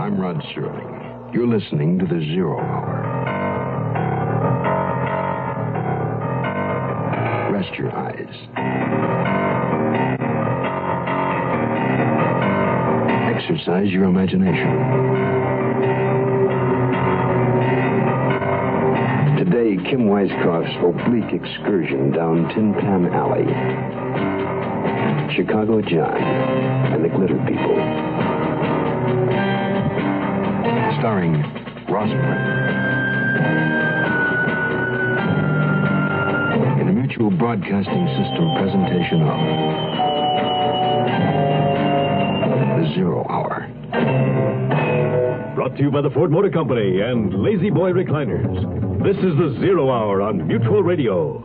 I'm Rod Serling. You're listening to The Zero Hour. Rest your eyes. Exercise your imagination. Today, Kim Weiskopf's oblique excursion down Tin Pan Alley. Chicago John and the Glitter People. starring Ross Brent. In a mutual broadcasting system presentation of The Zero Hour. Brought to you by the Ford Motor Company and Lazy Boy Recliners. This is the Zero Hour on Mutual Radio.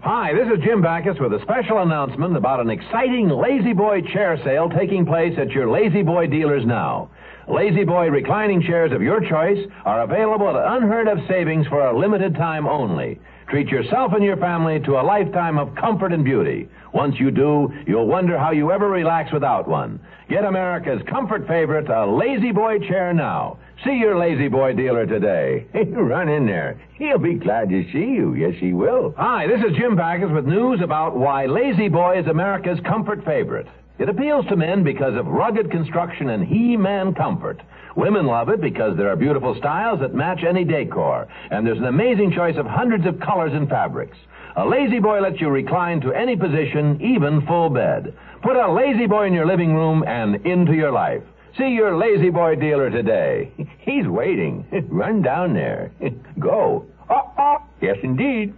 Hi, this is Jim Backus with a special announcement about an exciting Lazy Boy chair sale taking place at your Lazy Boy dealers now. Lazy Boy reclining chairs of your choice are available at unheard of savings for a limited time only. Treat yourself and your family to a lifetime of comfort and beauty. Once you do, you'll wonder how you ever relax without one. Get America's comfort favorite, a Lazy Boy chair now. See your Lazy Boy dealer today. Run in there. He'll be glad to see you. Yes, he will. Hi, this is Jim Backus with news about why Lazy Boy is America's comfort favorite. It appeals to men because of rugged construction and he-man comfort. Women love it because there are beautiful styles that match any decor, and there's an amazing choice of hundreds of colors and fabrics. A Lazy Boy lets you recline to any position, even full bed. Put a Lazy Boy in your living room and into your life. See your Lazy Boy dealer today. He's waiting. Run down there. Go. Oh, oh. Yes, indeed.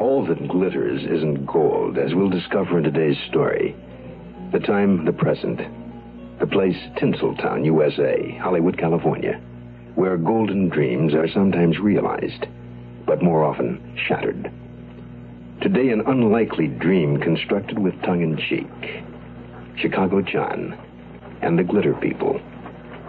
All that glitters isn't gold, as we'll discover in today's story. The time, the present. The place, Tinseltown, USA, Hollywood, California, where golden dreams are sometimes realized, but more often shattered. Today, an unlikely dream constructed with tongue in cheek. Chicago John and the Glitter People.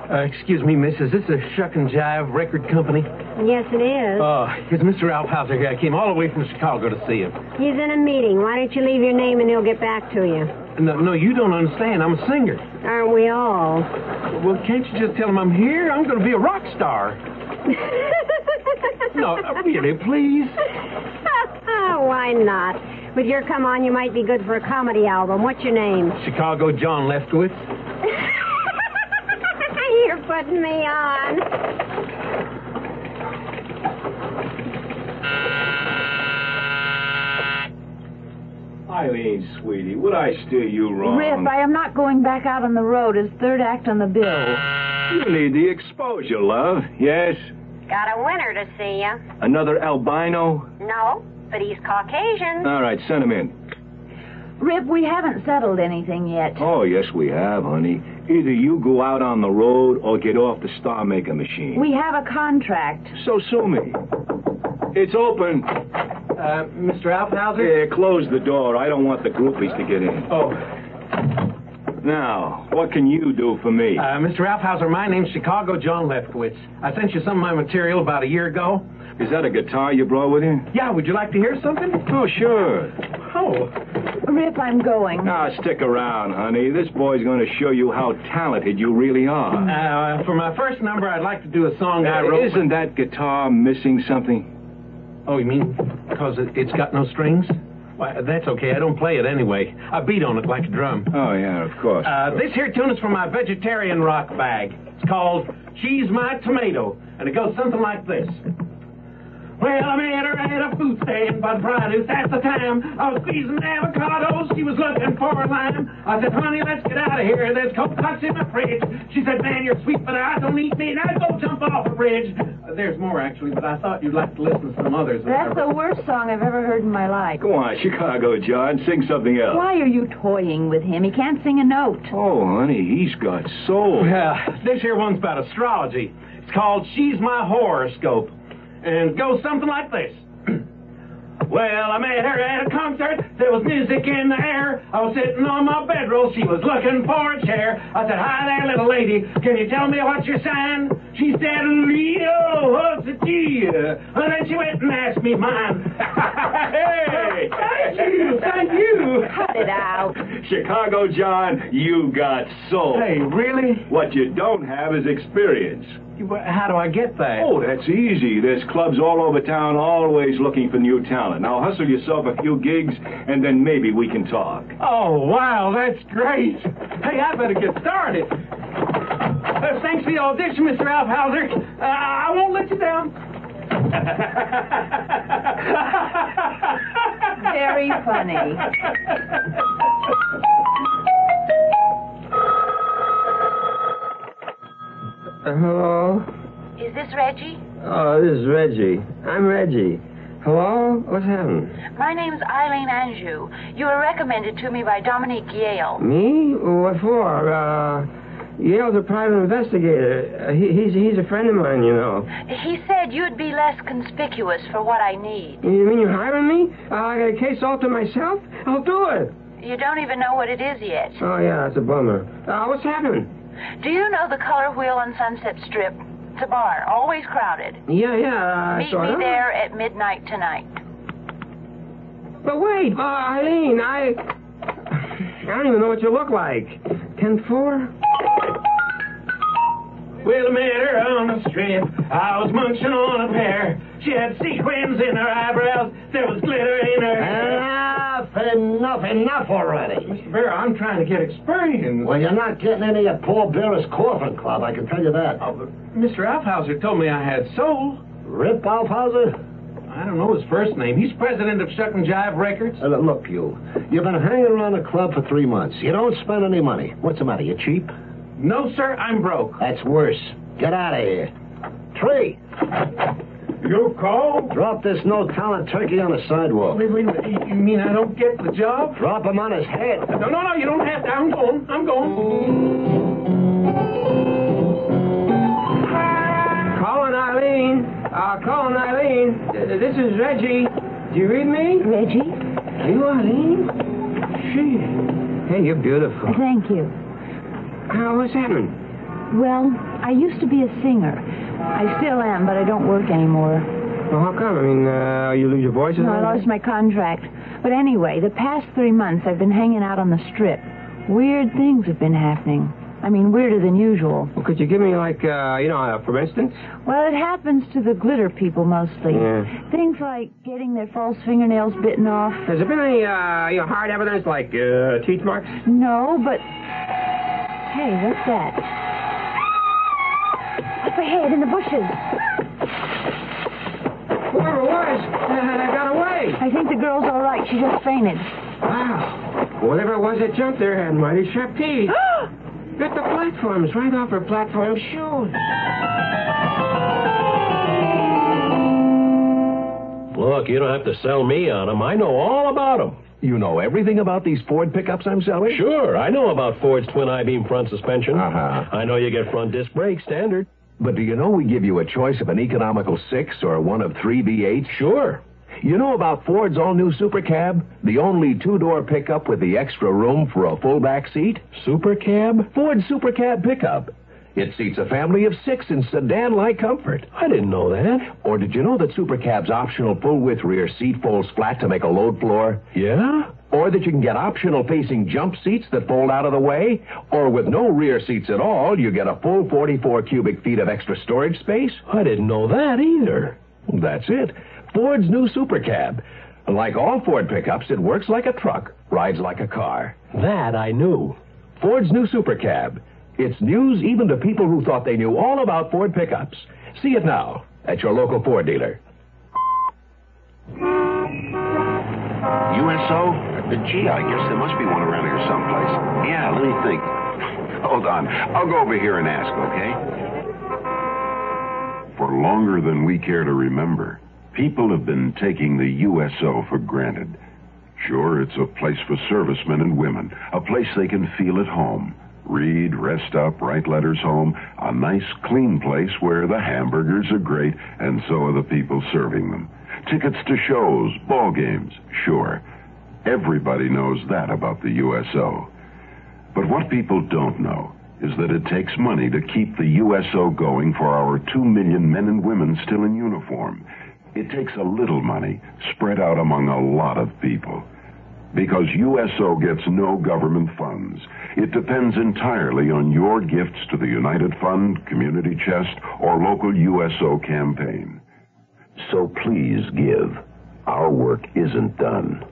Uh, excuse me, miss. Is this a shuck and jive record company? Yes, it is. Uh. Oh, it's Mr. Alf Hauser here. I came all the way from Chicago to see him. He's in a meeting. Why don't you leave your name and he'll get back to you? No, no, you don't understand. I'm a singer. Aren't we all? Well, can't you just tell him I'm here? I'm going to be a rock star. No, no, really, please. Why not? With your come on, you might be good for a comedy album. What's your name? Chicago John Lefkowitz. You're putting me on. Eileen, sweetie, would I steer you wrong? Rip, I am not going back out on the road as third act on the bill. Really, the exposure, love. Yes? Got a winner to see you. Another albino? No, but he's Caucasian. All right, send him in. Rip, we haven't settled anything yet. Oh, yes, we have, honey. Either you go out on the road or get off the Star Maker machine. We have a contract. So sue me. It's open. Uh, Mr. Alf Hauser? Yeah, close the door. I don't want the groupies to get in. Oh, Now, what can you do for me? Uh, Mr. Alfhauser, my name's Chicago John Lefkowitz. I sent you some of my material about a year ago. Is that a guitar you brought with you? Yeah, would you like to hear something? Oh, sure. Oh, Rip, I'm going. Now, stick around, honey. This boy's going to show you how talented you really are. uh, for my first number, I'd like to do a song I wrote. Isn't that guitar missing something? Oh, you mean because it, it's got no strings? Why, that's okay. I don't play it anyway. I beat on it like a drum. Oh, yeah, of course. Uh, this here tune is from my vegetarian rock bag. It's called She's My Tomato, and it goes something like this. Well, I met her at a food stand by the produce at the time. Oh, I was squeezing avocados. She was looking for a lime. I said, honey, let's get out of here. There's Coke Tucks in my fridge. She said, man, you're sweet, but I don't eat meat. I'd go jump off a bridge. Uh, there's more, actually, but I thought you'd like to listen to some others. That's the worst song I've ever heard in my life. Go on, Chicago, John. Sing something else. Why are you toying with him? He can't sing a note. Oh, honey, he's got soul. Yeah, this here one's about astrology. It's called She's My Horoscope. And it goes something like this. well, I met her at a concert. There was music in the air. I was sitting on my bedroll. She was looking for a chair. I said, Hi there, little lady. Can you tell me what's your sign? She said, Leo, what's it to you? And then she went and asked me mine. hey! Thank you, thank you. Cut it out. Chicago, John, you got soul. Hey, really? What you don't have is experience. How do I get that? Oh, that's easy. There's clubs all over town always looking for new talent. Now hustle yourself a few gigs, and then maybe we can talk. Oh, wow, that's great. Hey, I better get started. Uh, thanks for the audition, Mr. Alphauser. Uh, I won't let you down. Very funny. hello? Is this Reggie? Oh, this is Reggie. I'm Reggie. Hello? What's happened? My name's Eileen Anjou. You were recommended to me by Dominique Yale. Me? What for? Uh, Yale's a private investigator. Uh, he, he's, he's a friend of mine, you know. He said you'd be less conspicuous for what I need. You mean you're hiring me? Uh, I got a case all to myself? I'll do it. You don't even know what it is yet. Oh, yeah, that's a bummer. Uh, what's happening? Do you know the color wheel on Sunset Strip? It's a bar, always crowded. Yeah, yeah. Uh, Meet sort me of. there at midnight tonight. But wait, uh, Eileen, I. I don't even know what you look like. Ten four? Well, I met her on the strip. I was munching on a pear. She had sequins in her eyebrows. There was glitter in her hair. Enough, enough, enough already. Mr. Bear, I'm trying to get experience. Well, you're not getting any of Paul Bear's Coffin Club, I can tell you that. Oh, but Mr. Alfhauser told me I had soul. Rip Alphauser? I don't know his first name. He's president of Shuck and Jive Records. Uh, look, you. You've been hanging around the club for three months. You don't spend any money. What's the matter? You cheap? No, sir, I'm broke. That's worse. Get out of here. Tree! You call? Drop this no talent turkey on the sidewalk. Wait, wait, wait. You mean I don't get the job? Drop him on his head. No, no, no, you don't have to. I'm going. I'm going. Colin Eileen. Uh, Colin Eileen. Th- This is Reggie. Do you read me? Reggie? Are you Eileen? She. Hey, you're beautiful. Thank you. Uh, what's happening? Well, I used to be a singer. I still am, but I don't work anymore. Well, how come? I mean, uh, you lose your voice? or No, I something? lost my contract. But anyway, the past three months I've been hanging out on the strip. Weird things have been happening. I mean, weirder than usual. Well, could you give me, like, uh, you know, uh, for instance? Well, it happens to the glitter people mostly. Yeah. Things like getting their false fingernails bitten off. Has there been any, uh, you know, hard evidence, like, uh, teeth marks? No, but. Hey, what's that? Up ahead in the bushes. Whoever it was, uh, got away. I think the girl's all right. She just fainted. Wow. Whatever it was that jumped there had mighty sharp teeth. Bit the platforms right off her platform shoes. Look, you don't have to sell me on them. I know all about them. You know everything about these Ford pickups I'm selling? Sure, I know about Ford's twin I-beam front suspension. Uh-huh. I know you get front disc brakes standard. But do you know we give you a choice of an economical six or one of three V8? Sure. You know about Ford's all-new Super Cab? The only two-door pickup with the extra room for a full back seat? Super cab? Ford Super Cab pickup. It seats a family of six in sedan-like comfort. I didn't know that. Or did you know that Super Cab's optional full-width rear seat folds flat to make a load floor? Yeah? Or that you can get optional facing jump seats that fold out of the way? Or with no rear seats at all, you get a full 44 cubic feet of extra storage space? I didn't know that either. That's it. Ford's new Super Cab. Like all Ford pickups, it works like a truck, rides like a car. That I knew. Ford's new Super Cab. It's news even to people who thought they knew all about Ford pickups. See it now at your local Ford dealer. USO? Uh, Gee, I guess there must be one around here someplace. Yeah, let me think. Hold on. I'll go over here and ask, okay? For longer than we care to remember, people have been taking the USO for granted. Sure, it's a place for servicemen and women, a place they can feel at home. Read, rest up, write letters home, a nice, clean place where the hamburgers are great and so are the people serving them. Tickets to shows, ball games, sure. Everybody knows that about the USO. But what people don't know is that it takes money to keep the USO going for our two million men and women still in uniform. It takes a little money spread out among a lot of people. Because USO gets no government funds. It depends entirely on your gifts to the United Fund, Community Chest, or local USO campaign. So please give. Our work isn't done.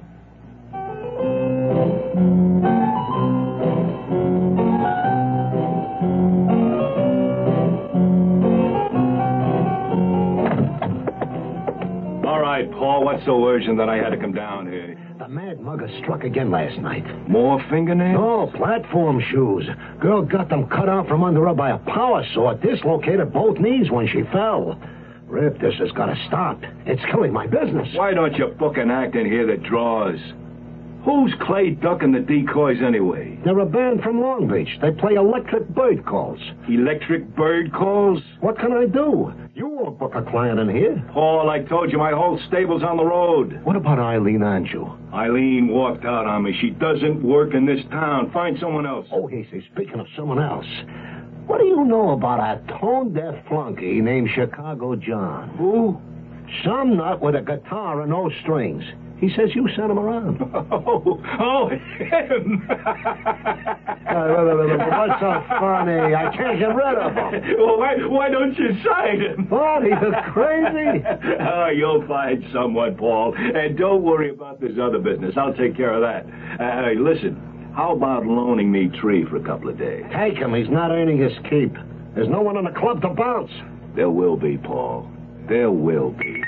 All right, Paul, what's so urgent that I had to come down here? The mad mugger struck again last night. More fingernails? No, platform shoes. Girl got them cut out from under her by a power saw. Dislocated both knees when she fell. Rip, this has got to stop. It's killing my business. Why don't you book an act in here that draws? Who's Clay ducking the decoys anyway? They're a band from Long Beach. They play electric bird calls. Electric bird calls? What can I do? You won't book a client in here. Paul, I told you my whole stable's on the road. What about Eileen Anjou? Eileen walked out on me. She doesn't work in this town. Find someone else. Oh, he says, speaking of someone else, what do you know about a tone deaf flunky named Chicago John? Who? Some nut with a guitar and no strings. He says you sent him around. Oh, oh, him. Uh, What's so funny? I can't get rid of him. well, why, why don't you sign him? What? He's crazy. oh, you'll find someone, Paul. And don't worry about this other business. I'll take care of that. Uh, hey, listen, how about loaning me Tree for a couple of days? Take him. He's not earning his keep. There's no one in the club to bounce. There will be, Paul. There will be.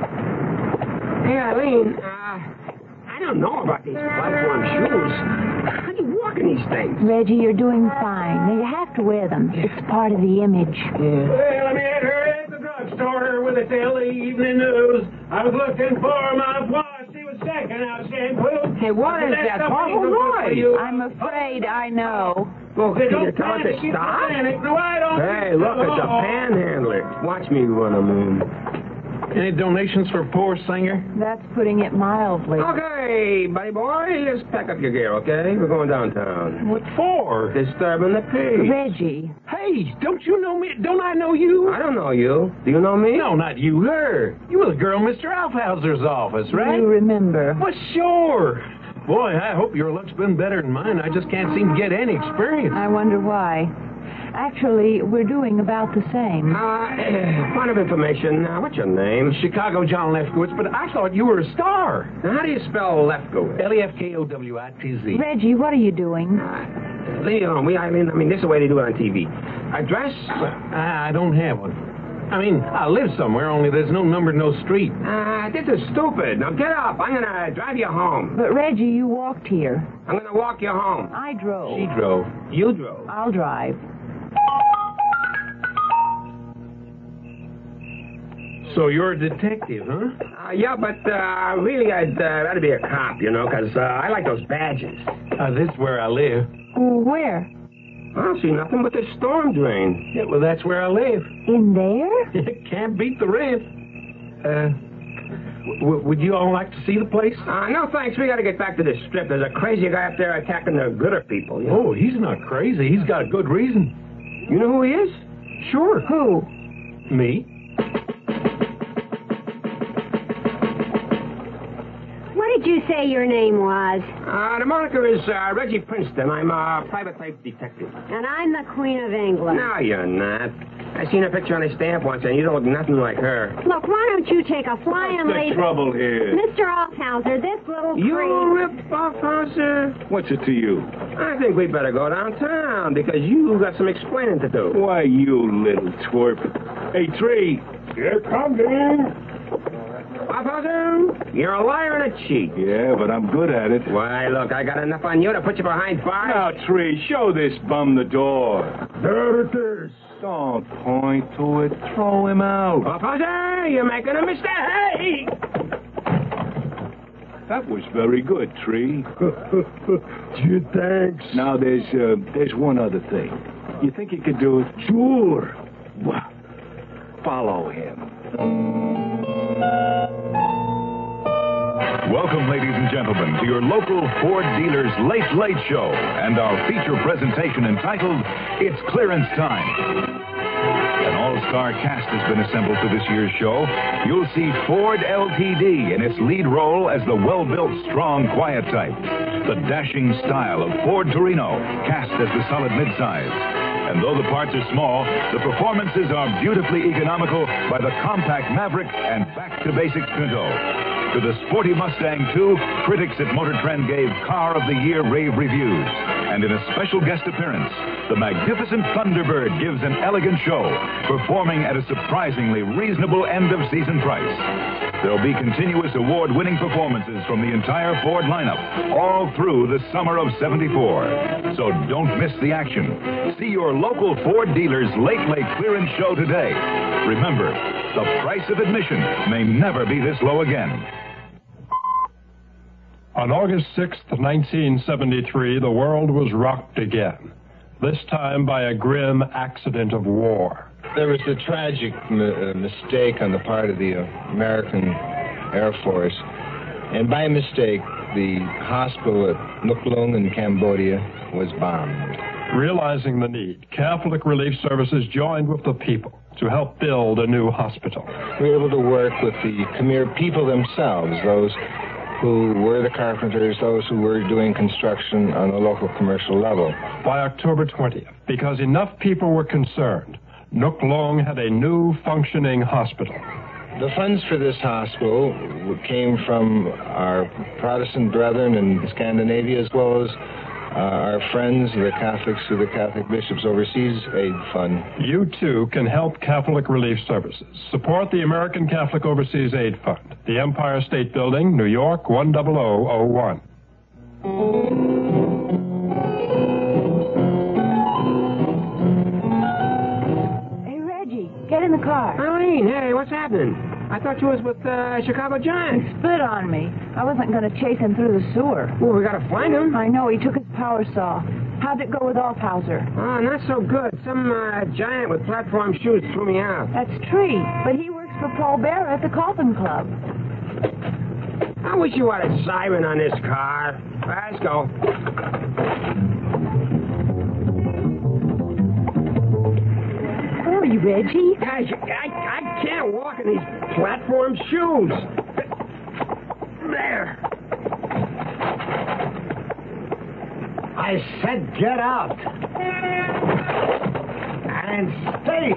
Hey, Eileen, uh, I don't know about these platform shoes. How do you walk in these things? Reggie, you're doing fine. Now, you have to wear them. It's part of the image. Well, I met her at the drugstore with a sale of the evening news. I was looking for a mouthwash. She was second out shampoo. Hey, what is That's that something awful good for noise? you. I'm afraid I know. Well, They can you don't tell it to panic, you stop? panic. No, I don't Hey, think look, so. it's a panhandler. Watch me run him in. Any donations for poor singer? That's putting it mildly. Okay, buddy boy, let's pack up your gear, okay? We're going downtown. What for? Disturbing the peace. Reggie. Hey, don't you know me? Don't I know you? I don't know you. Do you know me? No, not you, her. You were the girl in Mr. Alfhauser's office, You remember. Well, sure. Boy, I hope your luck's been better than mine. I just can't seem to get any experience. I wonder why. Actually, we're doing about the same. Uh, point of information. Uh, what's your name? Chicago John Lefkowitz, but I thought you were a star. E Now, how do you spell Lefkowitz? L-E-F-K-O-W-I-T-Z. Reggie, what are you doing? Leave it alone. We, I mean, I mean, this is the way they do it on TV. A dress? I, I don't have one. I mean, I live somewhere, only there's no number, no street. Ah, this is stupid. Now get up. I'm gonna drive you home. But Reggie, you walked here. I'm gonna walk you home. I drove. Oh. She drove. You drove. I'll drive. So you're a detective, huh? Uh, yeah, but uh, really, I'd uh, rather be a cop, you know, 'cause uh, I like those badges. Uh, this is where I live. Where? I don't see nothing but this storm drain. Yeah, well, that's where I live. In there? Can't beat the rent. Uh, w- would you all like to see the place? Uh, no, thanks. We got to get back to this strip. There's a crazy guy up there attacking the gooder people. Oh, he's not crazy. He's got a good reason. You know who he is? Sure. Who? Me. What did you say your name was? Uh, the moniker is uh, Reggie Princeton. I'm a private type detective. And I'm the Queen of England. No, you're not. I seen a picture on a stamp once, and you don't look nothing like her. Look, why don't you take a flying What's the leap? trouble here? Mr. Althauser, this little You creep. rip off, Officer. What's it to you? I think we better go downtown because you got some explaining to do. Why, you little twerp. Hey, Tree. Here comes in. Bothausen, you're a liar and a cheat. Yeah, but I'm good at it. Why, look, I got enough on you to put you behind bars. Now, Tree, show this bum the door. There it is. Don't point to it. Throw him out. Bothausen, you're making a mistake. Hey! That was very good, Tree. Gee, thanks. Now, there's uh, there's one other thing. You think you could do it? Sure. Well, follow him. Welcome, ladies and gentlemen, to your local Ford dealer's Late Late Show and our feature presentation entitled It's Clearance Time. An all star cast has been assembled for this year's show. You'll see Ford LTD in its lead role as the well built, strong, quiet type. The dashing style of Ford Torino, cast as the solid midsize. And though the parts are small, the performances are beautifully economical by the compact Maverick and back to basics Pinto. To the sporty Mustang too, critics at Motor Trend gave Car of the Year rave reviews. And in a special guest appearance, the magnificent Thunderbird gives an elegant show, performing at a surprisingly reasonable end of season price. There'll be continuous award winning performances from the entire Ford lineup all through the summer of 74. So don't miss the action. See your local Ford dealer's Late Late Clearance Show today. Remember, the price of admission may never be this low again. On August 6, 1973, the world was rocked again, this time by a grim accident of war. There was a tragic m- uh, mistake on the part of the uh, American Air Force. And by mistake, the hospital at Nuk Lung in Cambodia was bombed. Realizing the need, Catholic Relief Services joined with the people to help build a new hospital. We were able to work with the Khmer people themselves, those who were the carpenters, those who were doing construction on the local commercial level. By October 20th, because enough people were concerned, Nook Long had a new functioning hospital. The funds for this hospital came from our Protestant brethren in Scandinavia as well as uh, our friends, the Catholics through the Catholic Bishops Overseas Aid Fund. You too can help Catholic Relief Services. Support the American Catholic Overseas Aid Fund, the Empire State Building, New York 10001. Hey, Reggie, get in the car. Eileen, hey, what's happening? I thought you was with uh, Chicago Giants. Spit on me. I wasn't going to chase him through the sewer. Well, we gotta find him. I know. He took his power saw. How'd it go with Althauser? Oh, not so good. Some uh, giant with platform shoes threw me out. That's Tree, but he works for Paul Bearer at the Coffin Club. I wish you had a siren on this car. Let's go. Where are you, Reggie? I, I, I can't walk in these platform shoes. There. I said get out. And stay.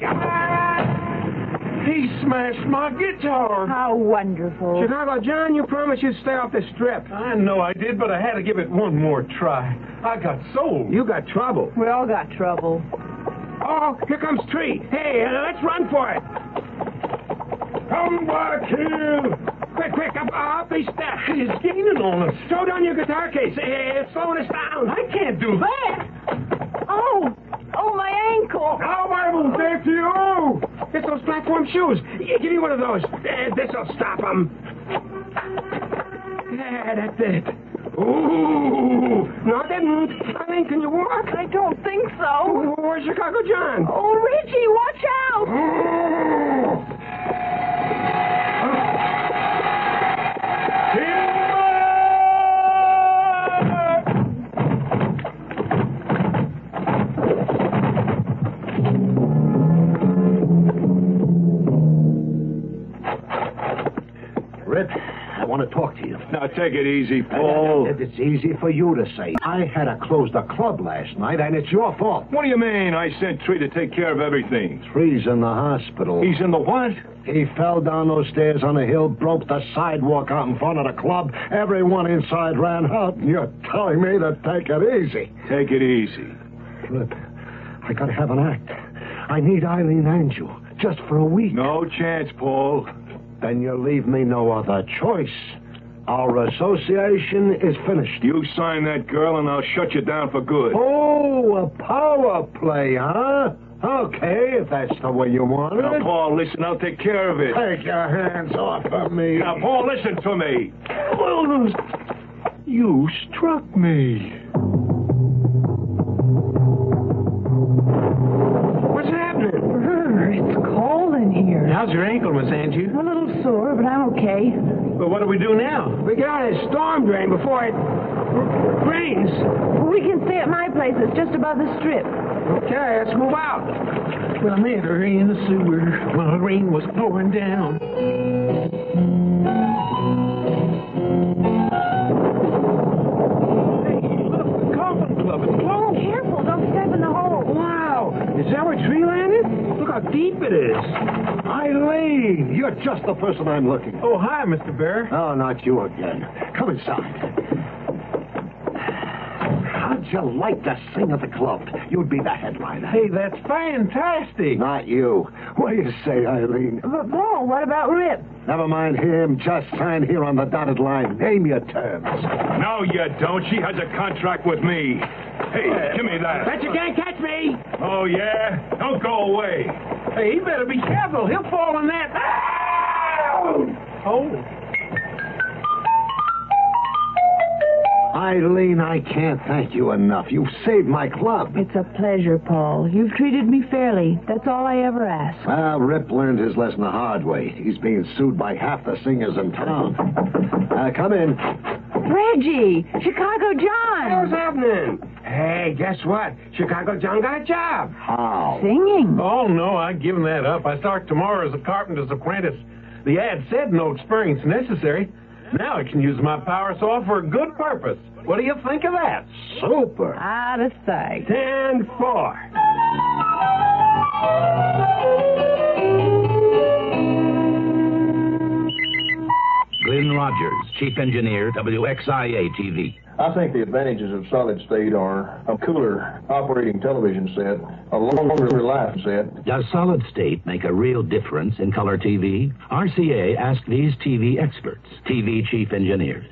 He smashed my guitar. How wonderful. Chicago John, you promised you'd stay off the strip. I know I did, but I had to give it one more try. I got sold. You got trouble. We all got trouble. Oh, here comes Tree. Hey, uh, let's run for it. Come back here. Quick, quick, up, up these steps. He's gaining on us. Throw down your guitar case. Hey, It's slowing us down. I can't do that. Oh, oh, my ankle. How I will thank you. It's those platform shoes. Y- Give me one of those. Uh, this'll stop him. Yeah, that's it. Ooh. No, I didn't. I mean, can you walk? I don't think so. Ooh, Where's Chicago John? Oh, Reggie, watch out. Rip, I want to talk to you. Now, take it easy, Paul. And It's easy for you to say. I had to close the club last night, and it's your fault. What do you mean? I sent Tree to take care of everything. Tree's in the hospital. He's in the what? He fell down those stairs on a hill, broke the sidewalk out in front of the club. Everyone inside ran out, and you're telling me to take it easy. Take it easy. Flip, I gotta have an act. I need Eileen and you, just for a week. No chance, Paul. Then you leave me no other choice. Our association is finished. You sign that girl, and I'll shut you down for good. Oh, a power play, huh? Okay, if that's the way you want Now, it. Paul, listen, I'll take care of it. Take your hands off of me. Now, Paul, listen to me. You struck me. What's happening? It's cold in here. How's your ankle, Miss Angie? A little sore, but I'm okay. Well, what do we do now? We get out of the storm drain before it rains. We can stay at my place. It's just above the strip. Okay, let's move out. Well, I'm entering in the sewer while the rain was pouring down. Oh, careful. Don't step in the hole. Wow! Is that where tree land is? Look how deep it is. Eileen, you're just the person I'm looking for. Oh, hi, Mr. Bear. No, not you again. Come inside. How'd you like to sing at the club? You'd be the headliner. Hey, that's fantastic. Not you. What do you say, Eileen? But, Paul, what about Rip? Never mind him. Just sign here on the dotted line. Name your terms. No, you don't. She has a contract with me. Hey, give me that. Bet you can't catch me. Oh, yeah? Don't go away. Hey, he better be careful. He'll fall in that. Oh. Eileen, I can't thank you enough. You've saved my club. It's a pleasure, Paul. You've treated me fairly. That's all I ever ask. Well, Ah, Rip learned his lesson the hard way. He's being sued by half the singers in town. Uh, come in. Reggie! Chicago John! What's happening? Hey, guess what? Chicago John got a job. How? Singing. Oh, no, I've given that up. I start tomorrow as a carpenter's apprentice. The ad said no experience necessary. Now I can use my power saw for a good purpose. What do you think of that? Super. Out of sight. Ten four. Glenn Rogers, Chief Engineer, WXIA TV. I think the advantages of solid state are a cooler operating television set, a longer life set, Does solid state make a real difference in color TV? RCA asked these TV experts, TV chief engineers.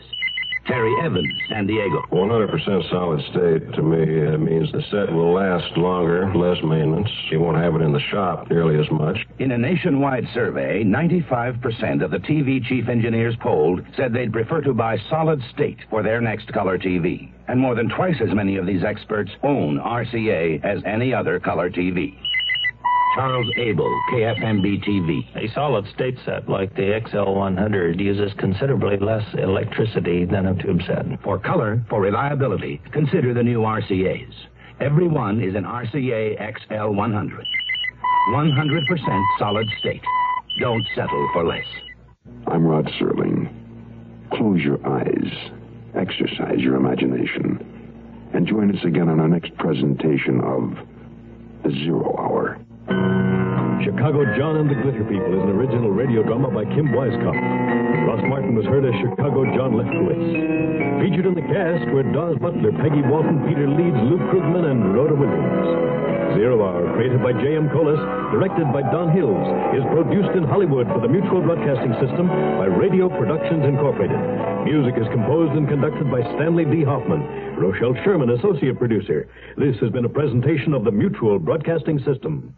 Terry Evans, San Diego. 100% solid state to me it means the set will last longer, less maintenance. You won't have it in the shop nearly as much. In a nationwide survey, 95% of the TV chief engineers polled said they'd prefer to buy solid state for their next color TV. And more than twice as many of these experts own RCA as any other color TV. Charles Abel, KFMB TV. A solid state set like the XL100 uses considerably less electricity than a tube set. For color, for reliability, consider the new RCAs. Every one is an RCA XL100. 100% solid state. Don't settle for less. I'm Rod Serling. Close your eyes, exercise your imagination, and join us again on our next presentation of The Zero Hour. Chicago John and the Glitter People is an original radio drama by Kim Weiskopf. Ross Martin was heard as Chicago John Lefkowitz. Featured in the cast were Dawes Butler, Peggy Walton, Peter Leeds, Luke Krugman, and Rhoda Williams. Zero Hour, created by J.M. Collis, directed by Don Hills, is produced in Hollywood for the Mutual Broadcasting System by Radio Productions Incorporated. Music is composed and conducted by Stanley D. Hoffman, Rochelle Sherman, associate producer. This has been a presentation of the Mutual Broadcasting System.